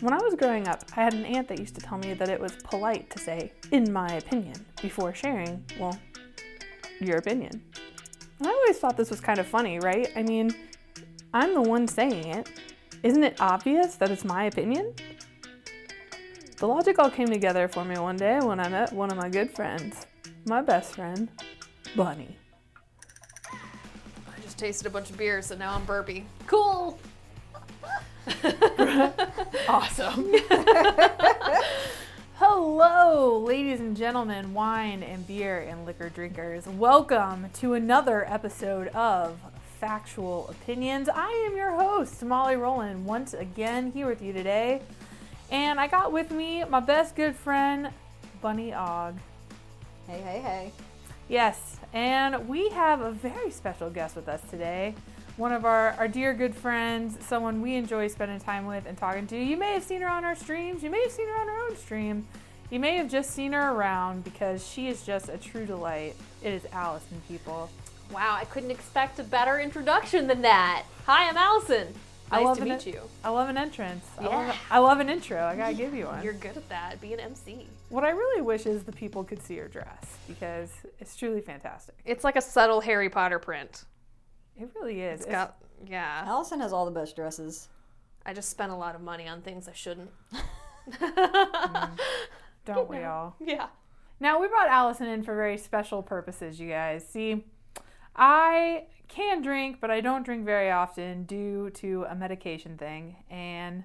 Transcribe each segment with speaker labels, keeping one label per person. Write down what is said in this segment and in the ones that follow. Speaker 1: When I was growing up, I had an aunt that used to tell me that it was polite to say, in my opinion, before sharing, well, your opinion. And I always thought this was kind of funny, right? I mean, I'm the one saying it. Isn't it obvious that it's my opinion? The logic all came together for me one day when I met one of my good friends, my best friend, Bunny.
Speaker 2: I just tasted a bunch of beer, so now I'm burpy. Cool.
Speaker 1: Awesome.
Speaker 3: Hello, ladies and gentlemen, wine and beer and liquor drinkers. Welcome to another episode of Factual Opinions. I am your host, Molly Rowland, once again here with you today. And I got with me my best good friend, Bunny Ogg.
Speaker 4: Hey, hey, hey.
Speaker 3: Yes, and we have a very special guest with us today. One of our, our dear good friends, someone we enjoy spending time with and talking to. You may have seen her on our streams, you may have seen her on her own stream, you may have just seen her around because she is just a true delight. It is Allison, people.
Speaker 2: Wow, I couldn't expect a better introduction than that. Hi, I'm Allison.
Speaker 3: I
Speaker 2: Nice
Speaker 3: love
Speaker 2: to
Speaker 3: an-
Speaker 2: meet you.
Speaker 3: I love an entrance. I,
Speaker 2: Yeah.
Speaker 3: love, I love an intro. I gotta give you one.
Speaker 2: You're good at that. Be an MC.
Speaker 3: what I really wish is the people could see your dress because it's truly fantastic.
Speaker 2: It's like a subtle Harry Potter print.
Speaker 3: It really is.
Speaker 2: It's
Speaker 3: It's-
Speaker 2: got yeah.
Speaker 4: Allison has all the best dresses.
Speaker 2: I just spent a lot of money on things I shouldn't. Mm.
Speaker 3: don't we all?
Speaker 2: yeah.
Speaker 3: Now, we brought Allison in for very special purposes, you guys. See, I can drink, but I don't drink very often due to a medication thing. And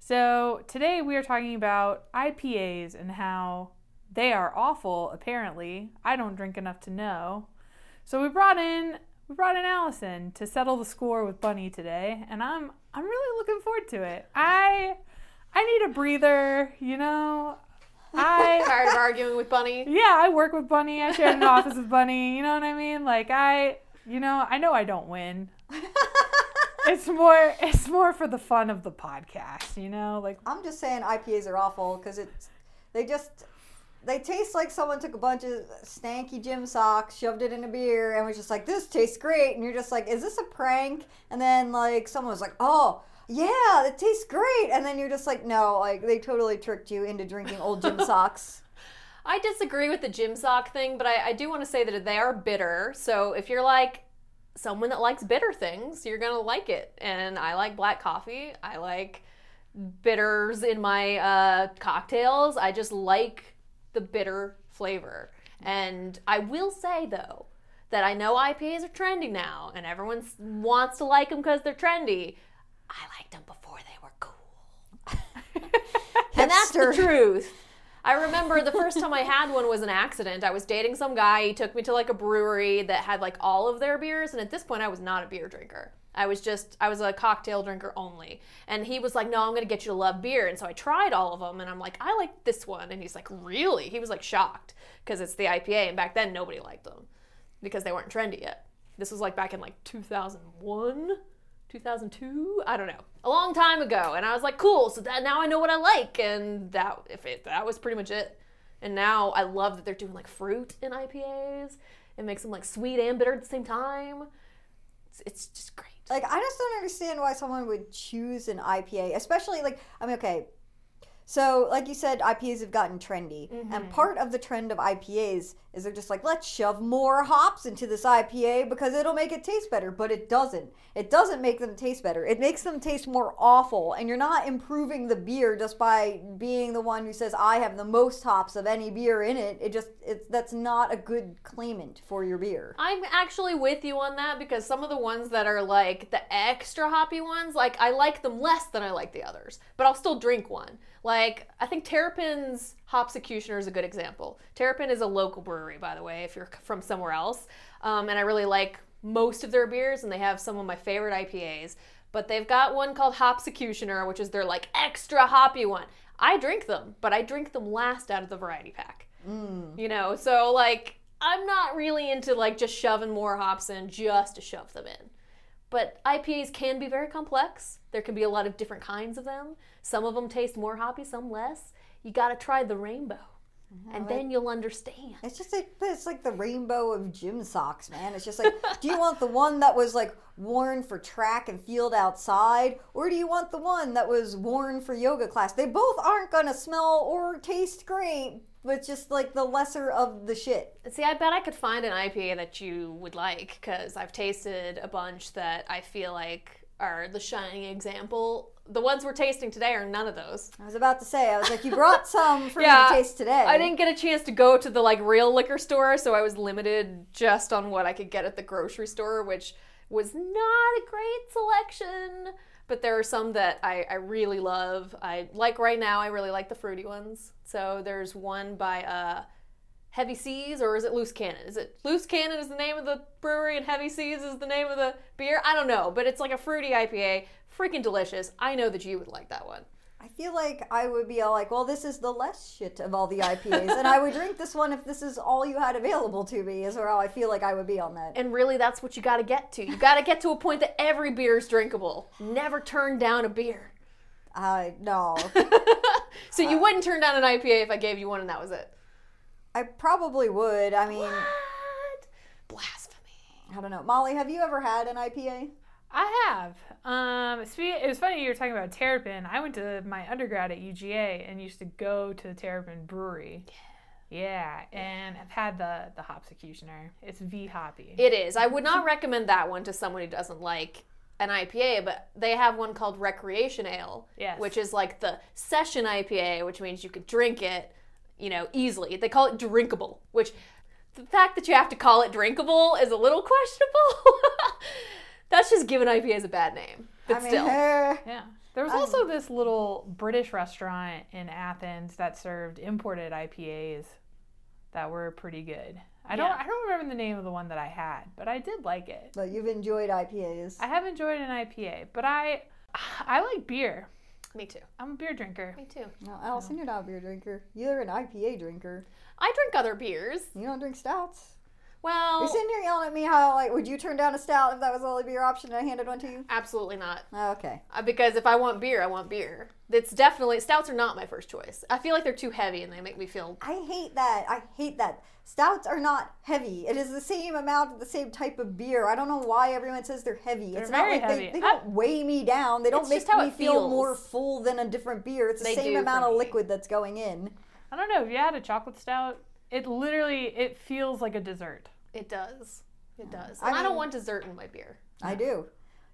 Speaker 3: so today we are talking about IPAs and how they are awful, apparently. I don't drink enough to know. So we brought in we brought in Allison to settle the score with Bunny today, and I'm I'm really looking forward to it. I I need a breather, you know. I
Speaker 2: Tired of arguing with Bunny.
Speaker 3: yeah, I work with Bunny. I shared an office with Bunny. You know what I mean? Like I, you know, I know I don't win. it's more, it's more for the fun of the podcast. You know, like
Speaker 4: I'm just saying IPAs are awful because it's they just they taste like someone took a bunch of stanky gym socks, shoved it in a beer, and was just like, "This tastes great," and you're just like, "Is this a prank?" And then like someone was like, "Oh." Yeah, it tastes great. And then you're just like, no, like they totally tricked you into drinking old gym socks.
Speaker 2: I disagree with the gym sock thing, but I, I do want to say that they are bitter. So if you're like someone that likes bitter things, you're gonna like it. And I like black coffee. I like bitters in my uh, cocktails. I just like the bitter flavor. And I will say though that I know IPAs are trendy now, and everyone s- wants to like them because they're trendy. I liked them before they were cool. And that's the
Speaker 4: Hipster.
Speaker 2: truth. I remember the first time I had one was an accident. I was dating some guy. He took me to like a brewery that had like all of their beers. And at this point, I was not a beer drinker. I was just, I was a cocktail drinker only. And he was like, No, I'm going to get you to love beer. And so I tried all of them. And I'm like, I like this one. And he's like, Really? He was like shocked because it's the IPA. And back then, nobody liked them because they weren't trendy yet. This was like back in like 2001, 2002, I don't know, a long time ago. And I was like, cool. So that now I know what I like, and that if it that was pretty much it. And now I love that they're doing like fruit in IPAs. It makes them like sweet and bitter at the same time. It's, it's just great.
Speaker 4: Like I just don't understand why someone would choose an IPA, especially like I mean, okay. So, like you said, IPAs have gotten trendy, and part of the trend of IPAs is they're just like, let's shove more hops into this IPA because it'll make it taste better, but it doesn't. It doesn't make them taste better. It makes them taste more awful, and you're not improving the beer just by being the one who says I have the most hops of any beer in it. It just it's that's not a good claimant for your beer.
Speaker 2: I'm actually with you on that because some of the ones that are like the extra hoppy ones, like I like them less than I like the others, but I'll still drink one. Like I think Terrapin's Hopsecutioner is a good example. Terrapin is a local brewery, by the way, if you're c- from somewhere else, um, and I really like most of their beers, and they have some of my favorite IPAs. But they've got one called Hopsecutioner, which is their like extra hoppy one. I drink them, but I drink them last out of the variety pack you know so like i'm not really into like just shoving more hops in just to shove them in but ipas can be very complex there can be a lot of different kinds of them some of them taste more hoppy some less you gotta try the rainbow and then you'll understand.
Speaker 4: It's just like it's like the rainbow of gym socks, man. It's just like, do you want the one that was like worn for track and field outside, or do you want the one that was worn for yoga class? They both aren't gonna smell or taste great, but just like the lesser of the shit.
Speaker 2: See, I bet I could find an IPA that you would like because I've tasted a bunch that I feel like are the shining example. The ones we're tasting today are none of those.
Speaker 4: I was about to say, I was like, you brought some for
Speaker 2: Yeah,
Speaker 4: me to taste today.
Speaker 2: I didn't get a chance to go to the like real liquor store, so I was limited just on what I could get at the grocery store, which was not a great selection. But there are some that I, I really love. I like right now. I really like the fruity ones. So there's one by uh, Heavy Seas, or is it Loose Cannon? Is it Loose Cannon is the name of the brewery, and Heavy Seas is the name of the beer? I don't know, but it's like a fruity IPA, freaking delicious. I know that you would like that one.
Speaker 4: I feel like I would be all like, well, this is the less shit of all the IPAs, and I would drink this one if this is all you had available to me. Is how I feel like I would be on that.
Speaker 2: And really, that's what you got to get to. You got to get to a point that every beer is drinkable. Never turn down a beer.
Speaker 4: I no,
Speaker 2: So you wouldn't turn down an IPA if I gave you one and that was it.
Speaker 4: I probably would. I mean,
Speaker 2: What? Blasphemy.
Speaker 4: I don't know. Molly, have you ever had an IPA?
Speaker 3: I have. Um, spe- it was funny you were talking about Terrapin. I went to my undergrad at UGA and used to go to the Terrapin Brewery. Yeah, and I've had the the Hopsecutioner. It's V hoppy.
Speaker 2: It is. I would not recommend that one to someone who doesn't like an IPA, but they have one called Recreation Ale,
Speaker 3: Yes.
Speaker 2: which is like the session IPA, which means you could drink it, you know, easily. They call it drinkable, which the fact that you have to call it drinkable is a little questionable. That's just giving IPAs a bad name. But
Speaker 4: I mean,
Speaker 2: still.
Speaker 4: eh,
Speaker 3: Yeah. There was also this little British restaurant in Athens that served imported IPAs that were pretty good. I don't
Speaker 2: Yeah.
Speaker 3: I don't remember the name of the one that I had, but I did like it.
Speaker 4: but you've enjoyed IPAs.
Speaker 3: I have enjoyed an IPA, but I I like beer.
Speaker 2: Me too.
Speaker 3: I'm a beer drinker.
Speaker 2: Me too.
Speaker 4: No, Allison, you're not a beer drinker. You're an IPA drinker.
Speaker 2: I drink other beers.
Speaker 4: You don't drink stouts.
Speaker 2: Well,
Speaker 4: You're sitting here yelling at me how like would you turn down a stout if that was the only beer option and I handed one to you? Oh,
Speaker 2: absolutely not.
Speaker 4: Okay.
Speaker 2: Uh, Because if I want beer, I want beer. It's definitely stouts are not my first choice. I feel like they're too heavy and they make me feel.
Speaker 4: I hate that. I hate that. Stouts are not heavy. It is the same amount of the same type of beer. I don't know why everyone says they're heavy. it's not
Speaker 3: very
Speaker 4: like they,
Speaker 3: heavy.
Speaker 4: they don't weigh me down. They don't
Speaker 2: It's
Speaker 4: make
Speaker 2: just how
Speaker 4: me
Speaker 2: it
Speaker 4: feel
Speaker 2: feels.
Speaker 4: more full than a different beer. It's the
Speaker 2: They do
Speaker 4: same
Speaker 2: for
Speaker 4: amount of
Speaker 2: me.
Speaker 4: liquid that's going in.
Speaker 3: I don't know. If you had a chocolate stout, it literally it feels like a dessert.
Speaker 2: It does. It does.
Speaker 4: I
Speaker 2: And I, don't
Speaker 4: mean-
Speaker 2: want dessert in my beer.
Speaker 4: I do.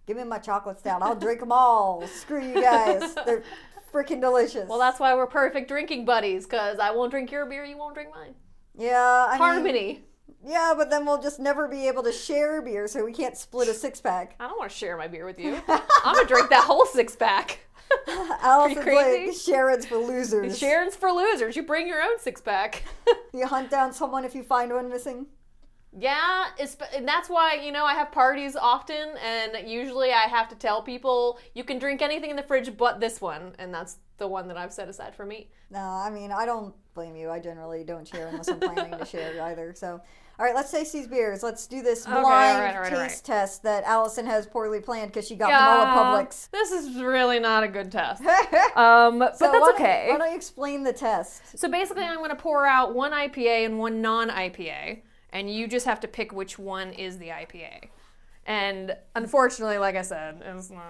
Speaker 4: Give me my chocolate stout. I'll drink them all. Screw you guys. They're freaking delicious.
Speaker 2: Well, that's why we're perfect drinking buddies. Cause I won't drink your beer, you won't drink mine.
Speaker 4: yeah. I mean,
Speaker 2: Harmony.
Speaker 4: yeah, but then we'll just never be able to share beer, so we can't split a six pack.
Speaker 2: I don't want to share my beer with you. I'm gonna drink that whole six pack.
Speaker 4: Allison's
Speaker 2: crazy?
Speaker 4: like Sharon's for losers.
Speaker 2: Sharon's for losers. You bring your own six pack.
Speaker 4: You hunt down someone if you find one missing.
Speaker 2: Yeah, it's, and that's why, you know, I have parties often, and usually I have to tell people you can drink anything in the fridge but this one, and that's the one that I've set aside for me.
Speaker 4: No, I mean I don't blame you. I generally don't share unless I'm planning to share either. So, all right, let's taste these beers. Let's do this
Speaker 2: all
Speaker 4: blind
Speaker 2: right, all right, all right.
Speaker 4: taste test that Allison has poorly planned because she got them all at Publix.
Speaker 2: This is really not a good test. um, but
Speaker 4: So why
Speaker 2: that's
Speaker 4: don't-
Speaker 2: okay.
Speaker 4: Why don't you explain the test?
Speaker 2: So basically, I'm going to pour out one IPA and one non IPA, and you just have to pick which one is the IPA. And unfortunately, like I said, it's not.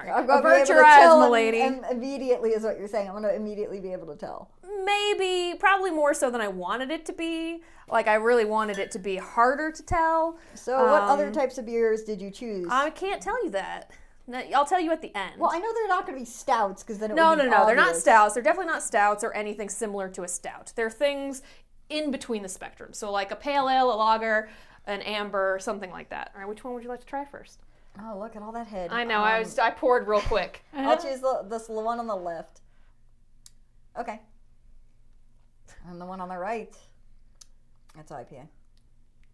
Speaker 4: I'm going to be
Speaker 2: Avert
Speaker 4: able to
Speaker 2: your eyes,
Speaker 4: tell
Speaker 2: my
Speaker 4: im-
Speaker 2: lady.
Speaker 4: im- immediately is what you're saying. I'm going to immediately be able to tell.
Speaker 2: maybe probably more so than I wanted it to be. Like I really wanted it to be harder to tell.
Speaker 4: So, what
Speaker 2: Um,
Speaker 4: other types of beers did you choose?
Speaker 2: I can't tell you that. No, I'll tell you at the end.
Speaker 4: well, I know they're not going to be stouts because then it
Speaker 2: no,
Speaker 4: would
Speaker 2: no,
Speaker 4: be
Speaker 2: no, they're not
Speaker 4: obvious.
Speaker 2: stouts. They're definitely not stouts or anything similar to a stout. They're things in between the spectrum. So like a pale ale, a lager, an amber, something like that. All right, which one would you like to try first?
Speaker 4: Oh, look at all that head. Um,
Speaker 2: I know I was I poured real quick.
Speaker 4: I'll choose the, this the one on the left. Okay. And the one on the right. That's IPA.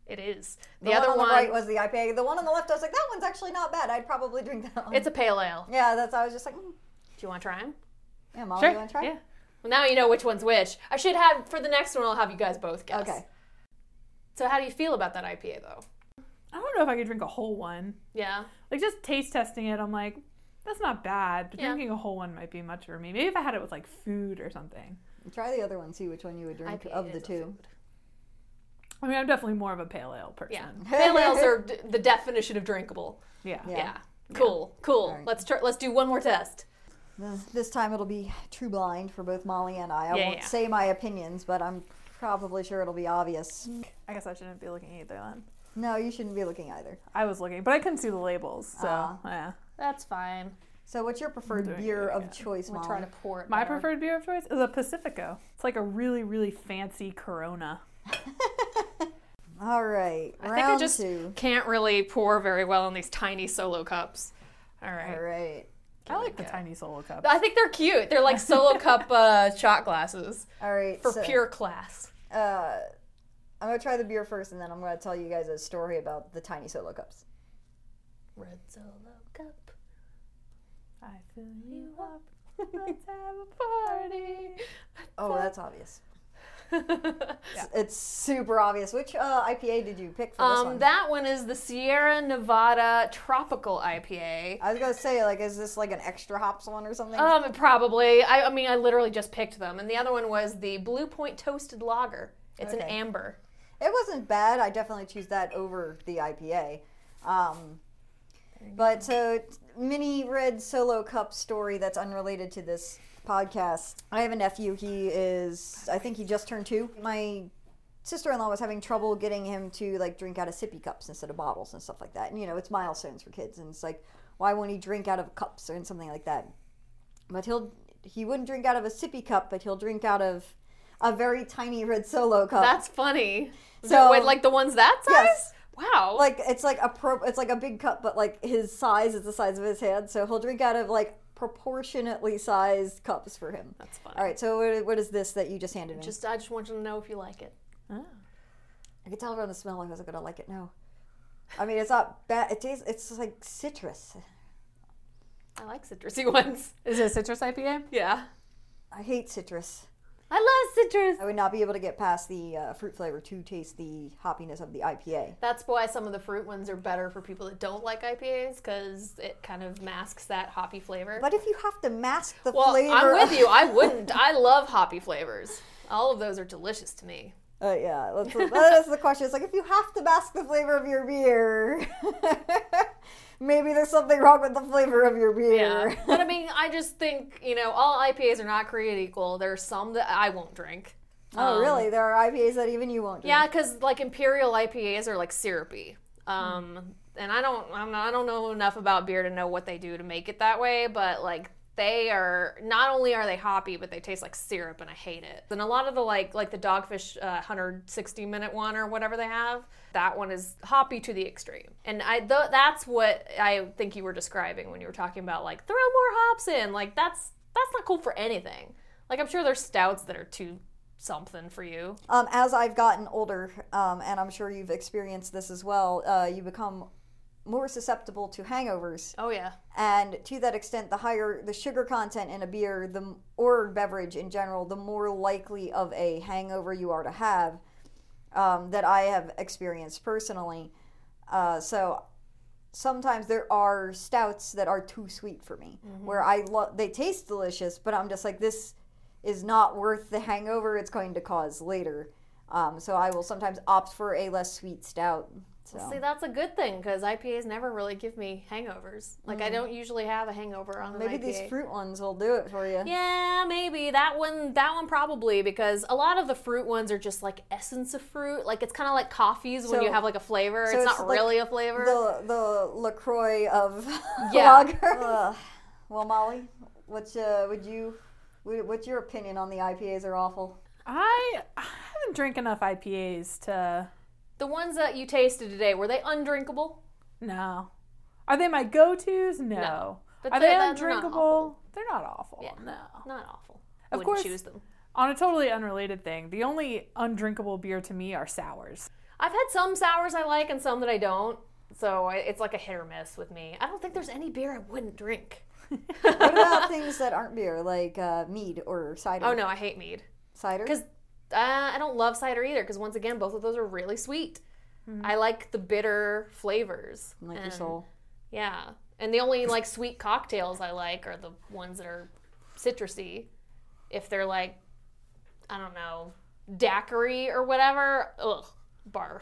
Speaker 2: It is the,
Speaker 4: The,
Speaker 2: other
Speaker 4: one on
Speaker 2: one.
Speaker 4: the right was the IPA. The one on the left, I was like, that one's actually not bad. I'd probably drink that one.
Speaker 2: it's a pale ale.
Speaker 4: yeah, that's. I was just like, mm.
Speaker 2: Do you want to try them?
Speaker 4: yeah, Molly, Oh, you
Speaker 3: Sure.
Speaker 4: want to try?
Speaker 3: Yeah.
Speaker 2: Well, now you know which one's which. I should have for the next one. I'll have you guys both guess.
Speaker 4: Okay.
Speaker 2: So how do you feel about that IPA though?
Speaker 3: I don't know if I could drink a whole one.
Speaker 2: Yeah.
Speaker 3: Like just taste testing it, I'm like, That's not bad, but
Speaker 2: Yeah.
Speaker 3: drinking a whole one might be much for me. Maybe if I had it with like food or something.
Speaker 4: Try the other one, see which one you would drink
Speaker 2: IPA
Speaker 4: of
Speaker 2: is
Speaker 4: the
Speaker 2: a
Speaker 4: two.
Speaker 2: food.
Speaker 3: I mean, I'm definitely more of a pale ale person.
Speaker 2: Yeah, pale ales are d- the definition of drinkable.
Speaker 3: Yeah.
Speaker 4: Yeah.
Speaker 2: Yeah, cool, cool.
Speaker 4: All right.
Speaker 2: Let's try, let's do one more test.
Speaker 4: This, this time it'll be true blind for both Molly and I. I
Speaker 2: Yeah,
Speaker 4: won't
Speaker 2: yeah.
Speaker 4: say my opinions, but I'm probably sure it'll be obvious.
Speaker 1: I guess I shouldn't be looking either then.
Speaker 4: No, you shouldn't be looking either.
Speaker 1: I was looking, but I couldn't see the labels, so
Speaker 4: Ah.
Speaker 1: yeah.
Speaker 2: That's fine.
Speaker 4: So, what's your preferred
Speaker 1: Doing
Speaker 4: beer
Speaker 1: it
Speaker 4: of
Speaker 1: again.
Speaker 4: choice,
Speaker 2: I'm
Speaker 4: Molly?
Speaker 2: trying to pour it.
Speaker 3: My
Speaker 2: better.
Speaker 3: preferred beer of choice is a Pacifico. It's like a really, really fancy Corona.
Speaker 4: All right,
Speaker 2: I
Speaker 4: round
Speaker 2: think I just
Speaker 4: two.
Speaker 2: can't really pour very well in these tiny solo cups. All right.
Speaker 4: All right,
Speaker 3: I like the tiny solo cup.
Speaker 2: I think they're cute. They're like solo cup uh, shot glasses
Speaker 4: all right.
Speaker 2: for
Speaker 4: so,
Speaker 2: pure class.
Speaker 4: Uh, I'm gonna try the beer first, and then I'm gonna tell you guys a story about the tiny solo cups.
Speaker 2: Red solo cup.
Speaker 3: I fill you up. Let's have a party.
Speaker 4: Oh, that's obvious.
Speaker 2: um,
Speaker 4: It's super obvious. Which uh, IPA did you pick for this one?
Speaker 2: Um, that one is the Sierra Nevada Tropical IPA.
Speaker 4: I was gonna say, like, is this like an extra hops one or something?
Speaker 2: Um, probably. I, I mean, I literally just picked them, and the other one was the Blue Point Toasted Lager. It's an
Speaker 4: Okay.
Speaker 2: amber.
Speaker 4: It wasn't bad. I definitely choose that over the IPA. Um, but so mini red solo cup story that's unrelated to this podcast. I have a nephew. He is I think he just turned two. My sister-in-law was having trouble getting him to like drink out of sippy cups instead of bottles and stuff like that. And you know, it's milestones for kids, and it's like, why won't he drink out of cups or something like that? But he'll he wouldn't drink out of a sippy cup, but he'll drink out of a very tiny red solo cup.
Speaker 2: That's funny. So,
Speaker 4: Oh. So-
Speaker 2: with like the ones that size?
Speaker 4: Yes.
Speaker 2: Wow.
Speaker 4: like it's like a pro it's like a big cup but like his size is the size of his hand so he'll drink out of like proportionately sized cups for him
Speaker 2: That's fun.
Speaker 4: all right so what, what is this that you just handed me
Speaker 2: Just I just want you to know if you like it.
Speaker 4: i could tell from the smell i wasn't gonna like it no i mean it's not bad it tastes it's like citrus
Speaker 2: I like citrusy ones.
Speaker 3: Is it a citrus IPA?
Speaker 2: Yeah.
Speaker 4: i hate citrus
Speaker 2: I love citrus.
Speaker 4: i would not be able to get past the uh, fruit flavor to taste the hoppiness of the ipa
Speaker 2: That's why some of the fruit ones are better for people that don't like IPAs because it kind of masks that hoppy flavor.
Speaker 4: but if you have to mask the
Speaker 2: well,
Speaker 4: flavor
Speaker 2: I'm
Speaker 4: of-
Speaker 2: with you. I wouldn't. I love hoppy flavors. All of those are delicious to me.
Speaker 4: Uh, yeah, that's, that is the question. It's like if you have to mask the flavor of your beer, maybe there's something wrong with the flavor of your beer.
Speaker 2: Yeah. but I mean, I just think, you know, all IPAs are not created equal. There are some that I won't drink.
Speaker 4: oh,
Speaker 2: Um,
Speaker 4: really? There are IPAs that even you won't drink.
Speaker 2: Yeah, because like imperial IPAs are like syrupy, um, and I don't, I'm not, I don't know enough about beer to know what they do to make it that way. But like they are, not only are they hoppy, but they taste like syrup, and I hate it. And a lot of the like, like the Dogfish uh, 160 minute one or whatever they have, that one is hoppy to the extreme. And I, th- that's what I think you were describing when you were talking about like throw more hops in. Like that's that's not cool for anything. Like I'm sure there's stouts that are too something for you.
Speaker 4: Um, as I've gotten older, um, and I'm sure you've experienced this as well, uh, you become more susceptible to hangovers.
Speaker 2: Oh yeah.
Speaker 4: and to that extent the higher the sugar content in a beer the m- or beverage in general the more likely of a hangover you are to have um, that i have experienced personally uh, so sometimes there are stouts that are too sweet for me where i love they taste delicious but i'm just like this is not worth the hangover it's going to cause later um, so i will sometimes opt for a less sweet stout so
Speaker 2: See, that's a good thing because IPAs never really give me hangovers. Like, I don't usually have a hangover on an
Speaker 4: Mm-hmm. maybe
Speaker 2: IPA.
Speaker 4: these fruit ones will do it for you
Speaker 2: yeah, maybe that one. That one probably because a lot of the fruit ones are just like essence of fruit. Like it's kind of like coffees when
Speaker 4: So-
Speaker 2: you have like a flavor.
Speaker 4: so
Speaker 2: it's,
Speaker 4: it's
Speaker 2: not
Speaker 4: like
Speaker 2: really a flavor.
Speaker 4: the the Lacroix of
Speaker 2: Yeah.
Speaker 4: lagers. Ugh. well, Molly, what's uh, would you would- what's your opinion on the IPAs are awful?
Speaker 3: I, I haven't drank enough IPAs to.
Speaker 2: the ones that you tasted today were they undrinkable?
Speaker 3: No. Are they my go tos? No.
Speaker 2: But
Speaker 3: Are
Speaker 2: they're-
Speaker 3: they
Speaker 2: they're not
Speaker 3: undrinkable?
Speaker 2: awful.
Speaker 3: They're not awful.
Speaker 2: Yeah.
Speaker 3: No.
Speaker 2: Not awful.
Speaker 3: Of
Speaker 2: Wouldn't
Speaker 3: course.
Speaker 2: choose them.
Speaker 3: On a totally unrelated thing, the only undrinkable beer to me are sours.
Speaker 2: I've had some sours I like and some that I don't. So I, it's like a hit or miss with me. I don't think there's any beer I wouldn't drink.
Speaker 4: What about things that aren't beer, like uh, mead or cider?
Speaker 2: Oh no, I hate mead.
Speaker 4: cider.
Speaker 2: because uh, I don't love cider either. Because once again, both of those are really sweet. I like the bitter flavors.
Speaker 4: Mm-hmm. like your
Speaker 2: and-
Speaker 4: soul.
Speaker 2: Yeah, And the only like sweet cocktails I like are the ones that are citrusy. If they're like, I don't know, daiquiri or whatever, ugh, barf.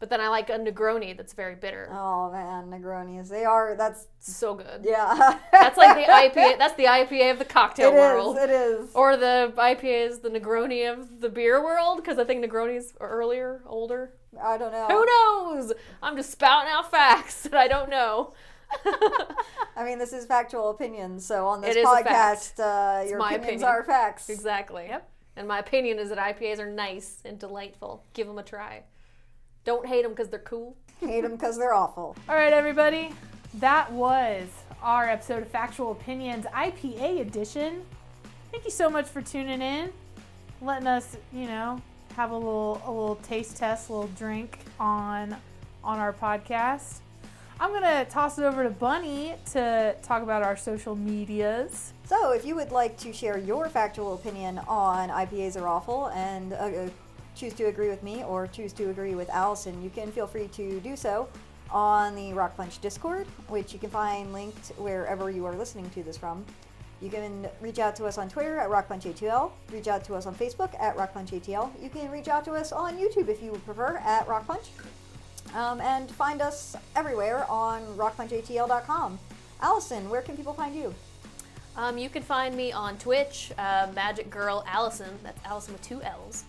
Speaker 2: But then I like a Negroni that's very bitter.
Speaker 4: Oh man, Negronis. They are. That's
Speaker 2: So good.
Speaker 4: yeah.
Speaker 2: That's like the IPA. That's the IPA of the cocktail
Speaker 4: It
Speaker 2: world.
Speaker 4: is. It is.
Speaker 2: Or the IPA is the Negroni of the beer world because I think Negronis are earlier, older.
Speaker 4: I don't know.
Speaker 2: Who knows? I'm just spouting out facts that I don't know.
Speaker 4: I mean, this is factual opinion. So on this
Speaker 2: It is a
Speaker 4: podcast, uh, your
Speaker 2: my
Speaker 4: opinions
Speaker 2: opinion.
Speaker 4: are facts.
Speaker 2: exactly. Yep. And my opinion is that IPAs are nice and delightful. Give them a try. Don't hate them because they're cool.
Speaker 4: Hate them because they're awful.
Speaker 3: All right, everybody. That was our episode of Factual Opinions IPA edition. Thank you so much for tuning in, letting us, you know, have a little a little taste test, a little drink on on our podcast. I'm gonna toss it over to Bunny to talk about our social medias.
Speaker 4: So, if you would like to share your factual opinion on IPAs are awful and uh, uh, choose to agree with me or choose to agree with Allison, you can feel free to do so on the Rock Punch Discord, which you can find linked wherever you are listening to this from. You can reach out to us on Twitter at RockPunchATL, reach out to us on Facebook at RockPunchATL. You can reach out to us on YouTube if you would prefer at Rock Punch. Um, and find us everywhere on rockpunchatl.com. Allison, where can people find you?
Speaker 2: Um, you can find me on Twitch, uh, Magic Girl Allison. That's Allison with two L's.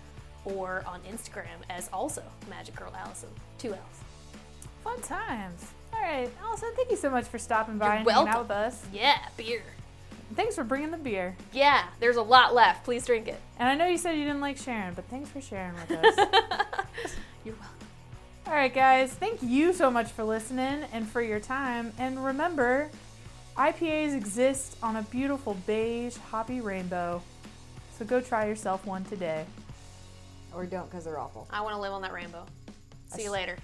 Speaker 2: Or on Instagram as also Magic Girl Allison. Two L's.
Speaker 3: Fun times. All right, Allison, thank you so much for stopping by
Speaker 2: You're
Speaker 3: and hanging out
Speaker 2: welcome.
Speaker 3: with us.
Speaker 2: Yeah, beer.
Speaker 3: Thanks for bringing the beer.
Speaker 2: Yeah, there's a lot left. Please drink it.
Speaker 3: And I know you said you didn't like sharing, but thanks for sharing with us.
Speaker 2: You're welcome.
Speaker 3: All right, guys. Thank you so much for listening and for your time. And remember, IPAs exist on a beautiful beige hoppy rainbow. So go try yourself one today.
Speaker 4: Or don't because they're awful.
Speaker 2: I want to live on that rainbow. See you later.